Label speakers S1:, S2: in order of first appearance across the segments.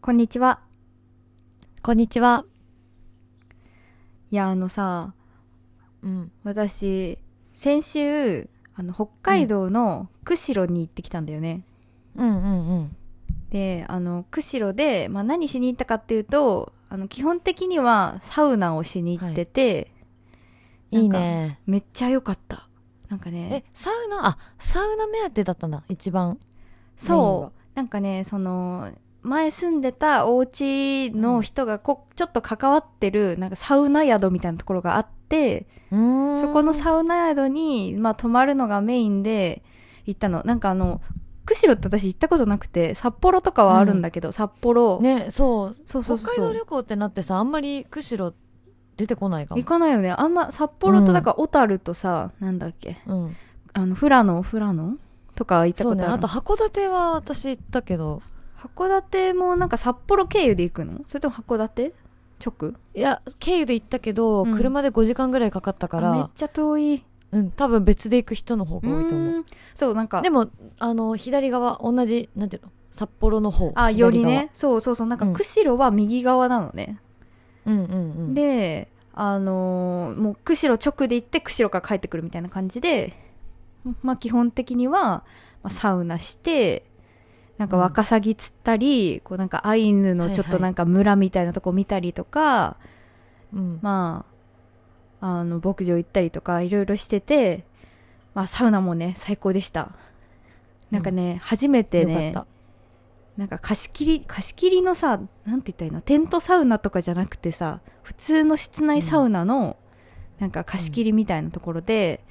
S1: こんにちは。
S2: こんにちは。
S1: いや、あのさ、
S2: うん。
S1: 私、先週、あの、北海道の釧路に行ってきたんだよね。
S2: うんうんうん。
S1: で、あの、釧路で、まあ、何しに行ったかっていうと、あの、基本的にはサウナをしに行ってて、
S2: いい
S1: な
S2: ね。
S1: めっちゃ良かった。なんか
S2: え
S1: ね、、
S2: サウナ、あ、サウナ目当てだったんだ、一番。メイン
S1: そ
S2: は
S1: う、なんかね、その、前住んでたお家の人がこ、ちょっと関わってる、なんかサウナ宿みたいなところがあって、
S2: うーん
S1: そこのサウナ宿に、まあ、泊まるのがメインで行ったの。なんかあの、釧路って私行ったことなくて、札幌とかはあるんだけど、札幌。
S2: ね、そう。
S1: そうそうそう。
S2: 北海道旅行ってなってさ、あんまり釧路出てこないかも
S1: 行。かないよね。あんま、札幌
S2: う
S1: と、
S2: ん
S1: だから小樽とさ、なんだっけ、
S2: うん。
S1: あの、富良野、富良野とかは行った
S2: そ
S1: こ
S2: う
S1: と
S2: ね。
S1: ある
S2: あ
S1: の。
S2: と、函館は私行ったけど。
S1: 函館もなんか札幌経由で行くのそれとも函館直
S2: いや、経由で行ったけど、
S1: うん
S2: 車で5時間ぐらいかかったか
S1: めっ
S2: ら、
S1: ちゃ遠い。
S2: うん、多分別で行く人の方が多いと思
S1: うーんそう、なんか
S2: う。、でも、あの、左側、同じ、なんていうの札幌の方。
S1: あ、
S2: 左
S1: より
S2: 側
S1: ね。。そうそうそう。なんか、
S2: うん
S1: 釧路は右側なのね。
S2: うんうんうん。
S1: で、あのーもう釧路直で行って釧路から帰ってくるみたいな感じで、まあ基本的には、まあ、サウナして、なんかワカサギ釣ったり、こうなんかアイヌのちょっ
S2: はいは
S1: と
S2: い
S1: なんか村みたいなとこ見たりとか、
S2: うん、
S1: まあ、あの、牧場行ったりとかいろいろしてて、まあサウナもね、最高でした。なんかね、初めて
S2: よ
S1: ね
S2: かっ、
S1: なんか貸し切り、貸し切りのさ、なんて言ったらいいの、テントサウナとかじゃなくてさ、普通の室内サウナの、なんか貸し切りみたいなところで、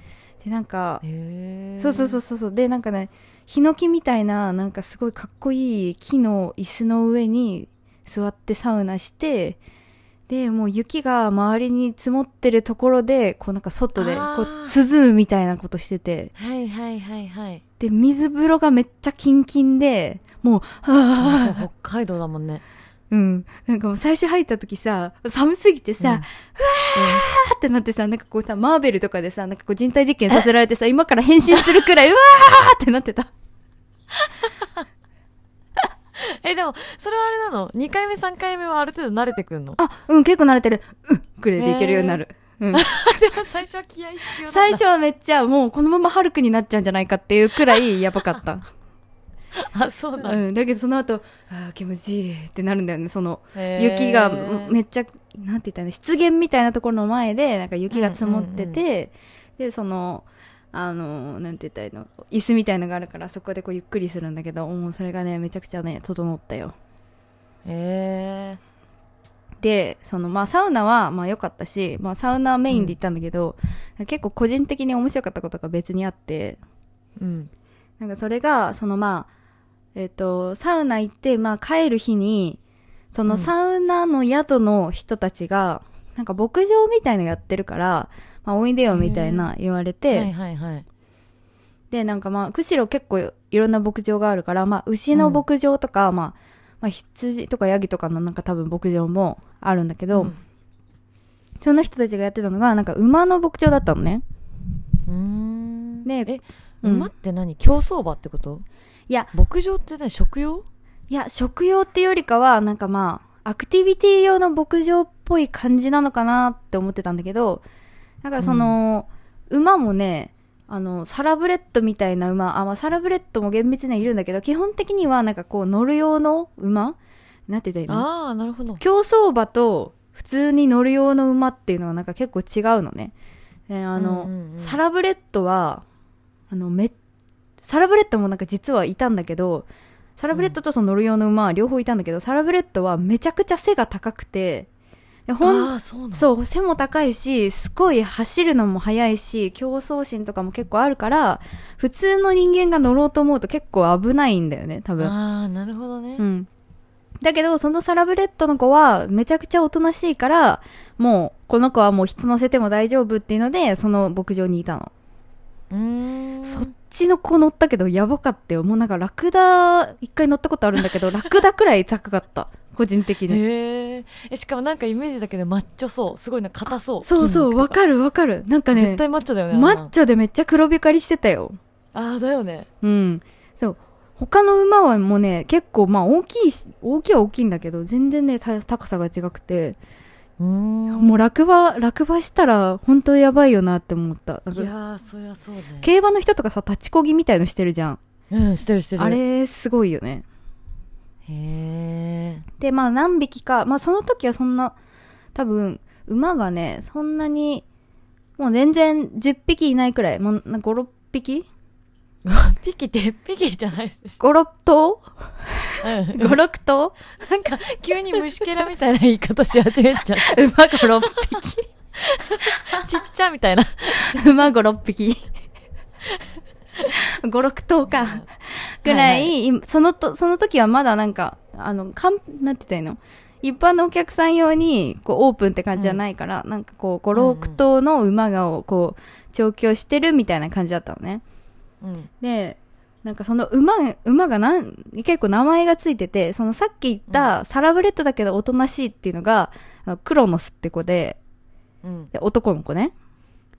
S1: で、なんか
S2: た。、へー
S1: そうそうそうそうそう、で、なんかね、ヒノキみたいな、なんかすごいかっこいい木の椅子の上に座ってサウナして、で、もう雪が周りに積もってるところで、こうなんか外で、
S2: あー
S1: こう、涼むみたいなことしてて、
S2: はいはいはいはい。
S1: で、水風呂がめっちゃキンキンで、もう、
S2: そ
S1: はぁ、
S2: う北海道だもんね。
S1: うん。なんかもう最初入った時さ、寒すぎてさ、
S2: うん
S1: わーってなってさ、なんかこうさ、マーベルとかでさ、なんかこう人体実験させられてさ、今から変身するく らい、うわーってなってた。
S2: え、でも、それはあれなの ?2 回目3回目はある程度慣れてくんの
S1: あ、うん、結構慣れてる。うん、くらいでいけるようになる。うん、
S2: でも最初は気合必要
S1: 最
S2: 最
S1: 初
S2: 初。
S1: はめっちゃもうこのままハルクになっちゃうんじゃないかっていうくらいやばかった。
S2: あ、そうなんだ。
S1: うん、だけど その後、あー気持ちいいってなるんだよね、その
S2: へー
S1: 雪がうんめっちゃ、なんて言ったらいいの湿原みたいなところの前で、なんか雪が積もってて、
S2: うん
S1: で、その、あの、なんて言ったらいいの、椅子みたいのがあるから、そこでこうゆっくりするんだけど、もうそれがね、めちゃくちゃね、整ったよ。
S2: へ
S1: で、その、まあ、サウナは、まあ、良かったし、まあ、サウナメインで行ったんだけど、結構個人的に面白かったことが別にあって、
S2: ーうん。
S1: なんかそれが、そのまあ、えっ、と、サウナ行って、まあ帰る日に、その
S2: うん
S1: サウナの宿の人たちが、なんか牧場みたいのやってるから、まあおいでよみたいな言われて、
S2: はいはいはい。
S1: で、なんかまあ、釧路結構いろんな牧場があるから、まあ牛の牧場とか、まあ、まあ羊とかヤギとかのなんか多分牧場もあるんだけど、
S2: うん
S1: その人たちがやってたのが、なんか馬の牧場だったのね。
S2: うーん。
S1: ね
S2: え、
S1: うん
S2: 馬って何競走馬ってこと
S1: いや、
S2: 牧場って何食用
S1: いや、食用ってよりかは、なんかまあ、アクティビティ用の牧場っぽい感じなのかなって思ってたんだけど、なんかその、馬もね、あの、サラブレッドみたいな馬、あ、まあ、サラブレッドも厳密にはいるんだけど、基本的にはなんかこう乗る用の馬なんて言ったらいいの
S2: ああ、なるほど。
S1: 競走馬と普通に乗る用の馬っていうのはなんか結構違うのね。であの、
S2: うんうんうん
S1: サラブレッドは、あの、め、サラブレッドもなんか実はいたんだけど、サラブレッドとその乗る用の馬は両方いたんだけど、サラブレッドはめちゃくちゃ背が高くて、でほん
S2: ああ、そうなんだ。
S1: そう、背も高いし、すごい走るのも速いし、競争心とかも結構あるから、普通の人間が乗ろうと思うと結構危ないんだよね、多分。
S2: ああ、なるほどね
S1: う。ん。だけど、そのサラブレッドの子は、めちゃくちゃおとなしいから、もう、この子はもう人乗せても大丈夫っていうので、その牧場にいたの。
S2: うーん。
S1: そっちの子乗ったけど、やばかったよ。もうなんか、ラクダ、一回乗ったことあるんだけど、ラ クダくらい高かった。個人的に。
S2: へーえ。しかもなんかイメージだけどマッチョそう。すごいな、硬そう。
S1: そうそう、
S2: 筋肉
S1: わ
S2: とか
S1: かるわかる。なんかね
S2: 絶、対マッチョだよね。あんな
S1: マッチョでめっちゃ黒光りしてたよ。
S2: ああ、だよね。
S1: うん。そう。他の馬はもうね、結構まあ大きいし、大きいは大きいんだけど、全然ね、た高さが違くて、
S2: うーん
S1: もう落馬、落馬したら本当やばいよなって思った。なん
S2: い
S1: か
S2: やーそりゃそうね
S1: 競馬の人とかさ、立ちこぎみたいのしてるじゃん。
S2: うんしてるしてる
S1: あれ、すごいよね。
S2: へえ
S1: で、まあ何匹か、まあその時はそんな、多分、馬がね、そんなに、もう全然10匹いないくらい、もうな5、6匹
S2: ピキってピキじゃない です
S1: ?5、6頭
S2: うん
S1: ?5、6頭
S2: なんか急に虫けらみたいな言い方し始めちゃっ
S1: 馬が6
S2: たちっちゃみたいな
S1: 匹。 馬5、6匹。5、6頭か。ぐらい、
S2: はい
S1: 今そのと、その時はまだなんか、あの、かん、なんて言ったらいいの一般のお客さん用に、こう、オープンって感じじゃないから、なんかこう、
S2: うんうん
S1: 5、6頭の馬がを、こう、調教してるみたいな感じだったのね。
S2: うん
S1: でなんかその馬が馬がなん結構名前がついててそのさっき言ったサラブレッドだけどおとなしいっていうのが、あのクロノスって子で
S2: うん
S1: で男の子ね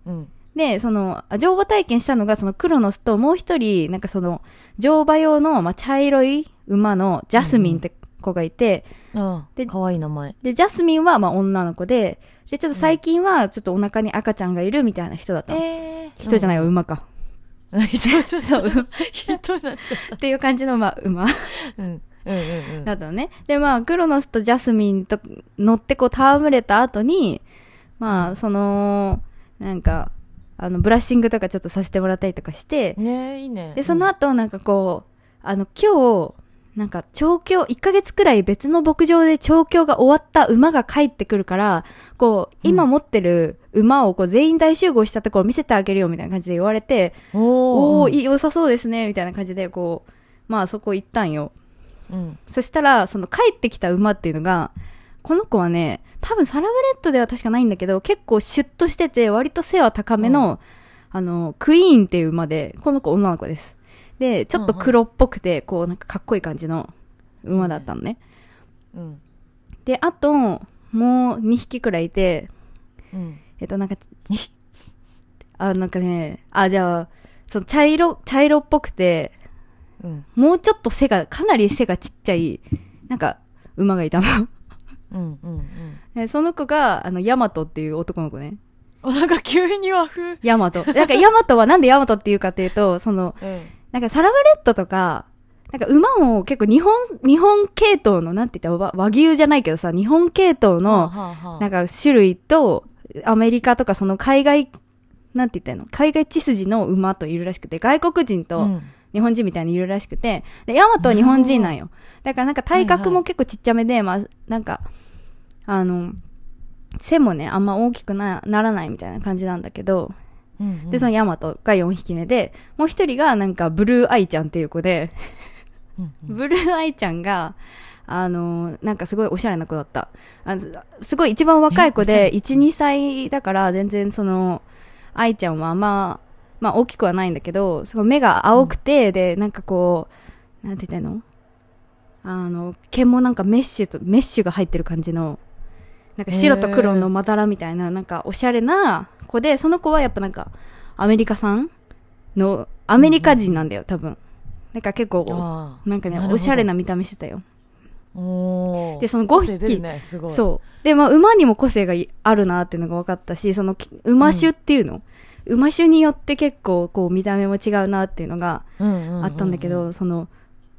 S2: うん
S1: でそのあ乗馬体験したのがそのクロノスともう一人なんかその乗馬用の、まあ、茶色い馬のジャスミンって子がいて、
S2: あ
S1: で
S2: あかわいい名前
S1: でジャスミンはまあ女の子ででちょっと最近はちょっとお腹に赤ちゃんがいるみたいな人だったの、
S2: ええ
S1: 人じゃない
S2: い
S1: よ馬か
S2: 人
S1: そうっ
S2: 人になっちゃって
S1: いう感じの、まあ、馬
S2: たうんうんうんう
S1: だ
S2: ん
S1: ったのね。で、まあ、クロノスとジャスミンと乗ってこう、戯れた後に、まあ、その、なんか、あの、ブラッシングとかちょっとさせてもらったりとかして、
S2: ねえいいね
S1: で、その後、なんかこう、あの、今日、なんか、調教、1ヶ月くらい別の牧場で調教が終わった馬が帰ってくるから、こう、今持ってる馬をこう、全員大集合したところを見せてあげるよ、みたいな感じで言われて、
S2: うんお
S1: お
S2: お
S1: ー、
S2: い
S1: 良さそうですね、みたいな感じで、こう、まあ、そこ行ったんよ。
S2: うん
S1: そしたら、その帰ってきた馬っていうのが、この子はね、多分サラブレッドでは確かないんだけど、結構シュッとしてて、割と背は高めの、あの、クイーンっていう馬で、この子女の子です。で、ちょっと黒っぽくて、こう、なんかかっこいい感じの馬だったのね。
S2: うん
S1: で、あと、もう2匹くらいいて、
S2: うん
S1: えっと、なんか、あ、なんかね、あ、じゃあ、その茶色、茶色っぽくて、
S2: うん
S1: もうちょっと背が、かなり背がちっちゃい、なんか、馬がいたの。
S2: うんうんうん
S1: でその子が、あの、ヤマトっていう男の子ね。
S2: おなんか急に和風
S1: ヤマト。なんかヤマトはなんでヤマトっていうかっていうと、その、
S2: うん
S1: なんかサラブレッドとか、なんか馬も結構日本、日本系統の、なんて言ったら和牛じゃないけどさ、日本系統の、なん
S2: の
S1: か種類と、アメリカとかその海外、なんて言ったらいいの海外血筋の馬といるらしくて、外国人と、日本人みたいにいるらしくて、で、ヤマトは日本人なんよ。だからなんか体格も結構ちっちゃめで、まあ、なんか、あの、背もね、あんま大きくなならないみたいな感じなんだけど、で、そのヤマトが4匹目で、もう一人がなんかブルーアイちゃんっていう子で、ブルーアイちゃんが、あの、なんかすごいおしゃれな子だった。あすごい一番若い子で、
S2: えおしゃ
S1: 1、2歳だから全然その、愛ちゃんはまあ、まあ大きくはないんだけど、すごい目が青くて、で、なんかこう、なんて言ったらいいのあの、毛もなんかメッシュと、メッシュが入ってる感じの、なんか白と黒のまだらみたいな、なんかおしゃれな子で、その子はやっぱなんか、アメリカ産の、アメリカ人なんだよ、多分。なんか結構、なんかね、おしゃれな見た目してたよ。でその五匹
S2: う
S1: そう。で、まあ、馬にも個性がいあるなっていうのが分かったし、その、き馬種っていうの、馬種によって結構、こう、見た目も違うなっていうのがあ
S2: あ
S1: ったんだけど、その、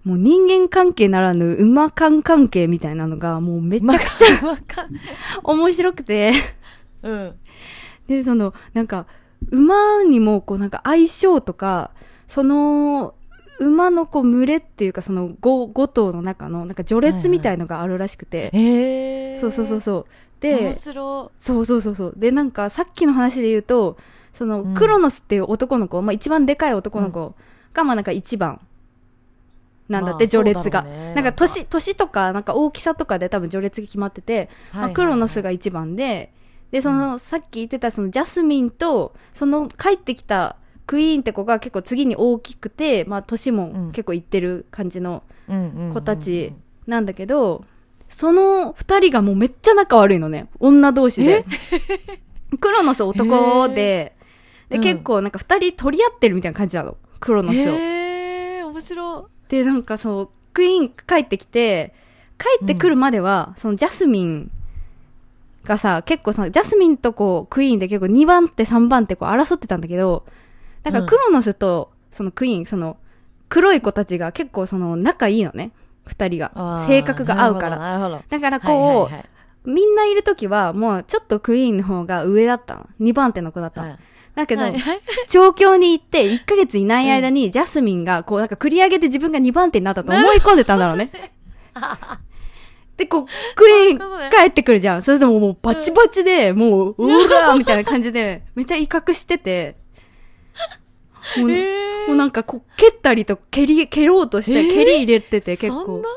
S1: もう人間関係ならぬ馬間関係みたいなのが、もうめちゃくちゃ 面白くて、
S2: うん
S1: で、その、なんか、馬にも、こう、なんか相性とか、その、馬のこう群れっていうかその 5, 5頭の中のなんか序列みたいのがあるらしくて、
S2: ええ
S1: そうそうそうそう
S2: 面
S1: で
S2: 白
S1: そうそうそうそうでなんかさっきの話で言うとその、
S2: うん
S1: クロノスっていう男の子、まあ、一番でかい男の子が、まあなんか一番なんだって、
S2: まあ
S1: 序列が、
S2: そうだろうね
S1: なんか年年とかなんか大きさとかで多分序列が決まってて、まあ、クロノスが一番ででその、さっき言ってたそのジャスミンとその帰ってきたクイーンって子が結構次に大きくて、まあ、年も結構いってる感じの子たちなんだけど、その二人がもうめっちゃ仲悪いのね。女同士で。クロノス男で、
S2: えー
S1: で、
S2: うん
S1: 結構なんか二人取り合ってるみたいな感じなの。クロノスを。
S2: ええ面白
S1: で、なんかそう、クイーン帰ってきて、帰ってくるまでは、そのジャスミンがさ、結構さ、ジャスミンとこう、クイーンで結構2番手3番手こう争ってたんだけど、なんか
S2: うん
S1: クロノスと、そのクイーン、その、黒い子たちが結構その仲いいのね。二人
S2: あ
S1: が。
S2: ー
S1: 性格が合うから。
S2: なるほど。なる
S1: だから
S2: ほど
S1: こう、
S2: はいはい
S1: みんないる時はもうちょっとクイーンの方が上だったの。2番手の子だった
S2: はい
S1: の。
S2: はい
S1: だけど、
S2: はいはい
S1: 調教に行って、1ヶ月いない間に、ジャスミンが、こう、なんか繰り上げて自分が2番手になったと思い込んでたんだろ うね。で、こう、クイーン
S2: そういうことね
S1: 帰ってくるじゃん。それとももうバチバチで、もう、うらーみたいな感じで、めっちゃ威嚇してて、もう,、
S2: えー
S1: もうなんかこう、蹴ったりとか、蹴り、蹴ろうとして、
S2: えー
S1: 蹴り入れてて結構。
S2: そんな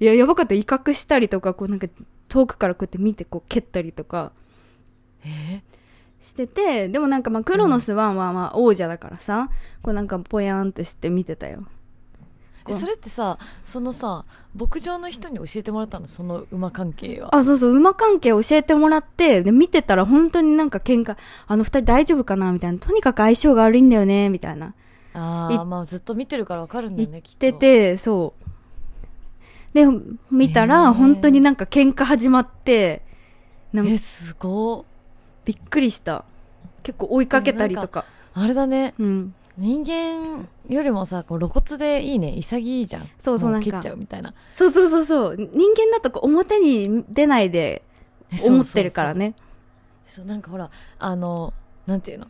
S2: い
S1: や、やばかった。威嚇したりとか、こうなんか、遠くからこうやって見て、こう、蹴ったりとか。
S2: え
S1: しててでもなんかまあクロノスワンはまあ王者だからさ、こうなんかぽやーんとして見てたよ
S2: ーえそれってさそのさ牧場の人に教えてもらったのその馬関係は
S1: あそうそう馬関係教えてもらってで見てたら本当になんか喧嘩あの二人大丈夫かなみたいなとにかく相性が悪いんだよねみたいな
S2: あ
S1: い
S2: あまあずっと見てるからわかるんだ
S1: 言
S2: よね
S1: っ
S2: きっと
S1: てて、そうで見た
S2: へ
S1: ら
S2: ー
S1: 本当になんか喧嘩始まってなんか
S2: えすごい
S1: びっくりした結構追いかけたりとか
S2: あれだね
S1: うん
S2: 人間よりもさこう露骨でいいね潔いじゃん
S1: そうそう
S2: も
S1: なんか
S2: 切っちゃうみたいな
S1: そうそうそうそう人間だとこう表に出ないで
S2: えそう
S1: 思ってるから
S2: そうそう
S1: ね
S2: そうなんかほらあのなんていうの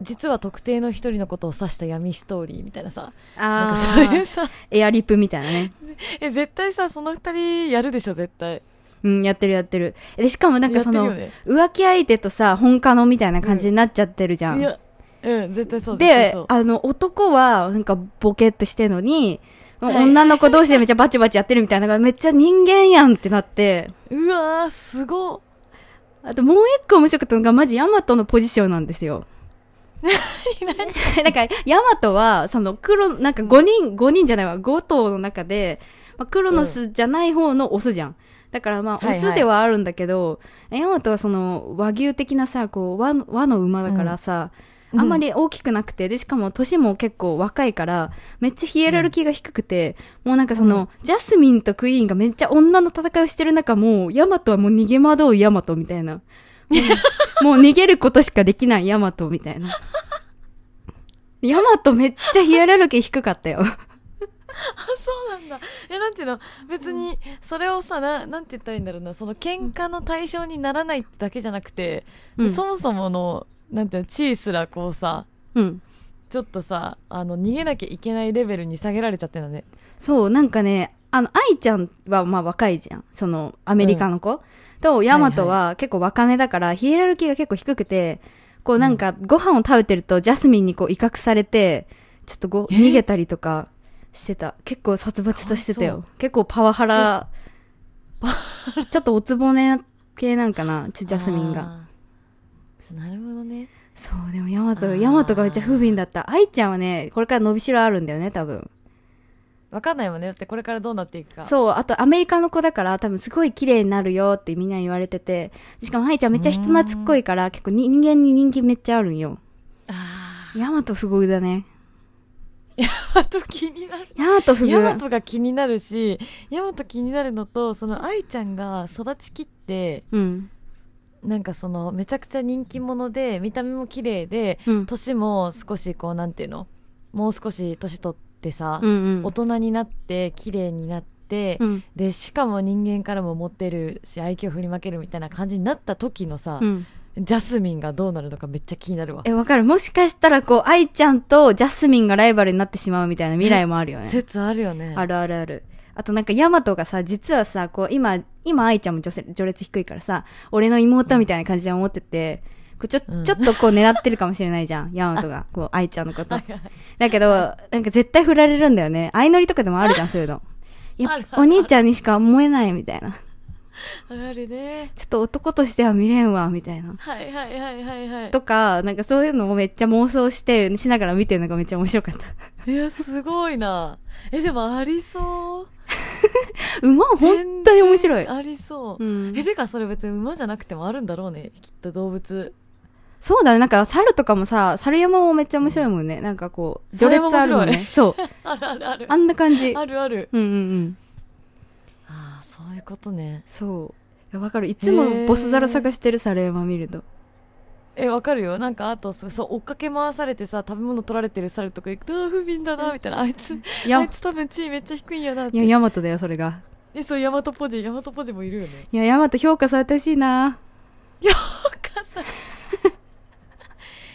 S2: 実は特定の一人のことを指した闇ストーリーみたいなさなん
S1: あ
S2: か
S1: あ
S2: そういうさ
S1: エアリップみたいなね。
S2: え絶対さその二人やるでしょ絶対
S1: うん、やってるやってる。で、しかもなんかそ
S2: や
S1: の、
S2: ってるよね
S1: 浮気相手とさ、本家のみたいな感じになっちゃってるじゃん。
S2: いやうん絶対そう
S1: で
S2: 絶対そう
S1: あの、男は、なんか、ボケっとしてんのに、
S2: はい
S1: 女の子同士でめっちゃバチバチやってるみたいなのが、めっちゃ人間やんってなって、
S2: うわーすごっ
S1: あともう一個面白かったのが、マジヤマトのポジションなんですよ。 なんか、ヤマトは、その、黒、なんか5人、5人じゃないわ、5頭の中で、まあ、クロノスじゃない方のオスじゃん。だからまあ、オ
S2: はいはい
S1: スではあるんだけど、ヤマトはその、和牛的なさ、こう、和の和の馬だからさ、
S2: うん
S1: あんまり大きくなくて、で、しかも年も結構若いから、めっちゃヒエラルキーが低くて、もうなんかその、ジャスミンとクイーンがめっちゃ女の戦いをしてる中、もう、ヤマトはもう逃げ惑うヤマトみたいな。もう逃げることしかできないヤマトみたいな。ヤマトめっちゃヒエラルキー低かったよ。
S2: あそうなんだえなんていうの別にそれをさななんて言ったらいいんだろうなその喧嘩の対象にならないだけじゃなくて、
S1: うん
S2: そもそものなんていうの地位すらこうさ
S1: うん。
S2: ちょっとさあの逃げなきゃいけないレベルに下げられちゃってんだね
S1: そう、なんかね、あの、愛ちゃんはまあ若いじゃん。その、アメリカの子。と、ヤマトは結構若めだから、ヒエラルキーが結構低くて、こうなんか、ご飯を食べてると、ジャスミンにこう威嚇されて、ちょっとご、
S2: え
S1: 逃げたりとかしてた。結構殺伐としてた
S2: かわ
S1: よ。結構パワハラ、ちょっとおつぼね系なんかな、ちょジャスミンが。
S2: あーなるほどね
S1: そう、でもヤマ
S2: あ
S1: ト、
S2: ー
S1: ヤマトがめっちゃ不憫だった。愛ちゃんはね、これから伸びしろあるんだよね、多分。
S2: わかんないもんねだってこれからどうなっていくか
S1: そう、あとアメリカの子だから多分すごい綺麗になるよってみんなに言われてて、しかもハイちゃんめっちゃ人懐っこいから結構人間に人気めっちゃあるんよ。
S2: あ
S1: ヤマト不遇だね。
S2: ー あと気になる
S1: ヤマト不
S2: ヤマ
S1: 遇。
S2: トが気になるしヤマト気になるのとその愛ちゃんが育ちきって
S1: うん。
S2: なんかそのめちゃくちゃ人気者で見た目も綺麗で
S1: うん。
S2: 年も少しこうなんていうのもう少し年取ってさ、
S1: うんうん。
S2: 大人になって綺麗になって、
S1: うん。
S2: でしかも人間からもモテるし愛嬌振りまけるみたいな感じになった時のさ、
S1: うん。
S2: ジャスミンがどうなるのかめっちゃ気になるわ
S1: え、わかるもしかしたらこう、愛ちゃんとジャスミンがライバルになってしまうみたいな未来もあるよね。
S2: 説あるよね
S1: あるあるある。あとなんかヤマトがさ、実はさ、こう今、今愛ちゃんも序序列低いからさ、俺の妹みたいな感じで思ってて、こうちょ、
S2: うん
S1: ちょっとこう狙ってるかもしれないじゃん、ヤマト が。こう愛ちゃんのこと
S2: はい。はい
S1: だけど、なんか絶対振られるんだよね。相乗りとかでもあるじゃん、そういう の。い
S2: あ
S1: や
S2: る、ある
S1: お兄ちゃんにしか思えないみたいな。
S2: あるね
S1: ちょっと男としては見れんわ、みたいな。
S2: はいはいはいはいはい
S1: とか、なんかそういうのをめっちゃ妄想して、しながら見てるのがめっちゃ面白かった。
S2: いやすごいなえでもありそう
S1: 馬本当に面白
S2: 全
S1: い
S2: 然。ありそう
S1: う、ん
S2: えてかそれ別に馬じゃなくてもあるんだろうねきっと動物
S1: そうだね。なんか、猿とかもさ、猿山もめっちゃ面白いもんね。なんかこう、
S2: 猿
S1: 序列
S2: 山
S1: あるもん
S2: 面白
S1: ね。そう。
S2: あるあるある
S1: あんな感じ。
S2: あるある
S1: うんうんうん。
S2: ああそういうことね
S1: そう。いやわかる。いつ
S2: へ
S1: も
S2: ー
S1: ボス猿探してる猿山見ると。
S2: えわかるよなんかあとそうそう追っかけ回されてさ食べ物取られてる猿とか行くとあー不憫だなみたいなあいつ
S1: い
S2: あ
S1: や
S2: い、つ多分地位めっちゃ低いんやなっ
S1: い
S2: て
S1: や、ヤマトだよ、それが。
S2: えそうヤマトポジヤマトポジもいるよ ね
S1: いや、ヤマト評価されてほしいな。
S2: お母さん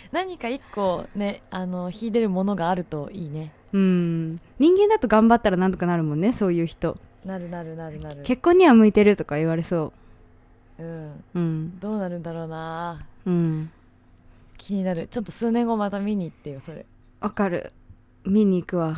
S2: 何か一個ねあの秀でるものがあるといいね
S1: うん。人間だと頑張ったらなんとかなるもんね、そういう人。
S2: なるなるなるなる
S1: 結婚には向いてるとか言われそ
S2: うん
S1: う。うん。
S2: どうなるんだろうな
S1: うん。
S2: 気になるちょっと数年後また見に行ってよそれ
S1: わかる。見に行くわ。